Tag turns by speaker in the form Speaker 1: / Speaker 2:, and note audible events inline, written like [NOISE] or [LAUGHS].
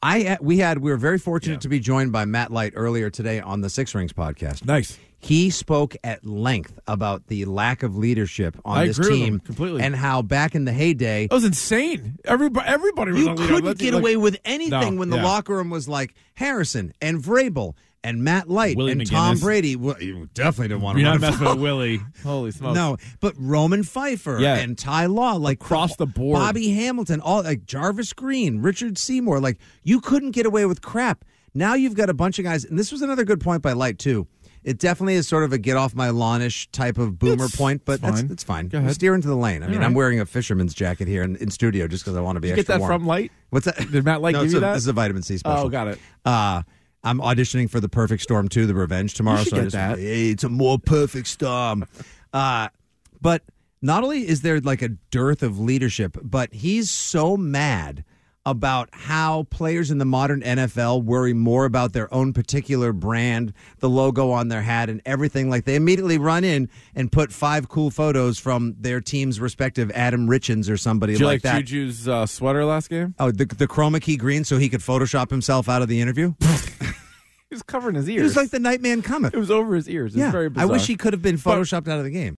Speaker 1: I uh, we had we were very fortunate to be joined by Matt Light earlier today on the Six Rings podcast.
Speaker 2: Nice.
Speaker 1: He spoke at length about the lack of leadership on
Speaker 2: I
Speaker 1: this
Speaker 2: agree with
Speaker 1: team
Speaker 2: him completely.
Speaker 1: and how back in the heyday
Speaker 2: That was insane. Everybody, everybody was
Speaker 1: you
Speaker 2: on leader.
Speaker 1: couldn't
Speaker 2: Let's-
Speaker 1: get
Speaker 2: like-
Speaker 1: away with anything
Speaker 2: No,
Speaker 1: when the
Speaker 2: yeah.
Speaker 1: locker room was like Harrison and Vrabel and Matt Light
Speaker 3: Willie
Speaker 1: and Tom
Speaker 3: McGinnis.
Speaker 1: Brady. Well, you definitely didn't want to
Speaker 3: You're
Speaker 1: run
Speaker 3: not
Speaker 1: a
Speaker 3: messing with Willie. Holy
Speaker 2: Oh.
Speaker 3: smokes!
Speaker 1: [LAUGHS] No, but Roman Pfeiffer
Speaker 3: Yeah.
Speaker 1: and Ty Law, like
Speaker 3: Across the board.
Speaker 1: Bobby Hamilton, all like Jarvis Green, Richard Seymour, like you couldn't get away with crap. Now you've got a bunch of guys, and this was another good point by Light too. It definitely is sort of a get off my lawnish type of boomer point, but
Speaker 2: it's
Speaker 1: that's
Speaker 2: fine.
Speaker 1: that's fine.
Speaker 2: Go ahead.
Speaker 1: Steer into the lane. I mean,
Speaker 2: right.
Speaker 1: I'm wearing a fisherman's jacket here in, in studio just because I want to be
Speaker 2: Did you get
Speaker 1: extra
Speaker 2: that
Speaker 1: warm.
Speaker 2: from Light?
Speaker 1: What's that?
Speaker 2: Did Matt Light
Speaker 1: no,
Speaker 2: give
Speaker 1: it's
Speaker 2: you
Speaker 1: a-
Speaker 2: that?
Speaker 1: This is a vitamin C special.
Speaker 2: Oh, got it.
Speaker 1: Uh, I'm auditioning for the Perfect Storm 2, The Revenge tomorrow.
Speaker 2: should
Speaker 1: so I
Speaker 2: get
Speaker 1: just-
Speaker 2: that.
Speaker 1: Hey, it's a more perfect storm. uh, but not only is there like a dearth of leadership, but he's so mad about how players in the modern NFL worry more about their own particular brand, the logo on their hat, and everything. Like they immediately run in and put five cool photos from their team's respective Adam Richens or somebody
Speaker 2: Did you
Speaker 1: like,
Speaker 2: like
Speaker 1: that.
Speaker 2: Juju's uh, sweater last game?
Speaker 1: Oh, the, the chroma key green so he could Photoshop himself out of the interview?
Speaker 2: He was covering his
Speaker 1: It
Speaker 2: ears.
Speaker 1: was like the Nightman Cometh.
Speaker 2: it was over his ears. It's
Speaker 1: yeah.
Speaker 2: very
Speaker 1: I
Speaker 2: bizarre.
Speaker 1: wish he could have been Photoshopped out of the game.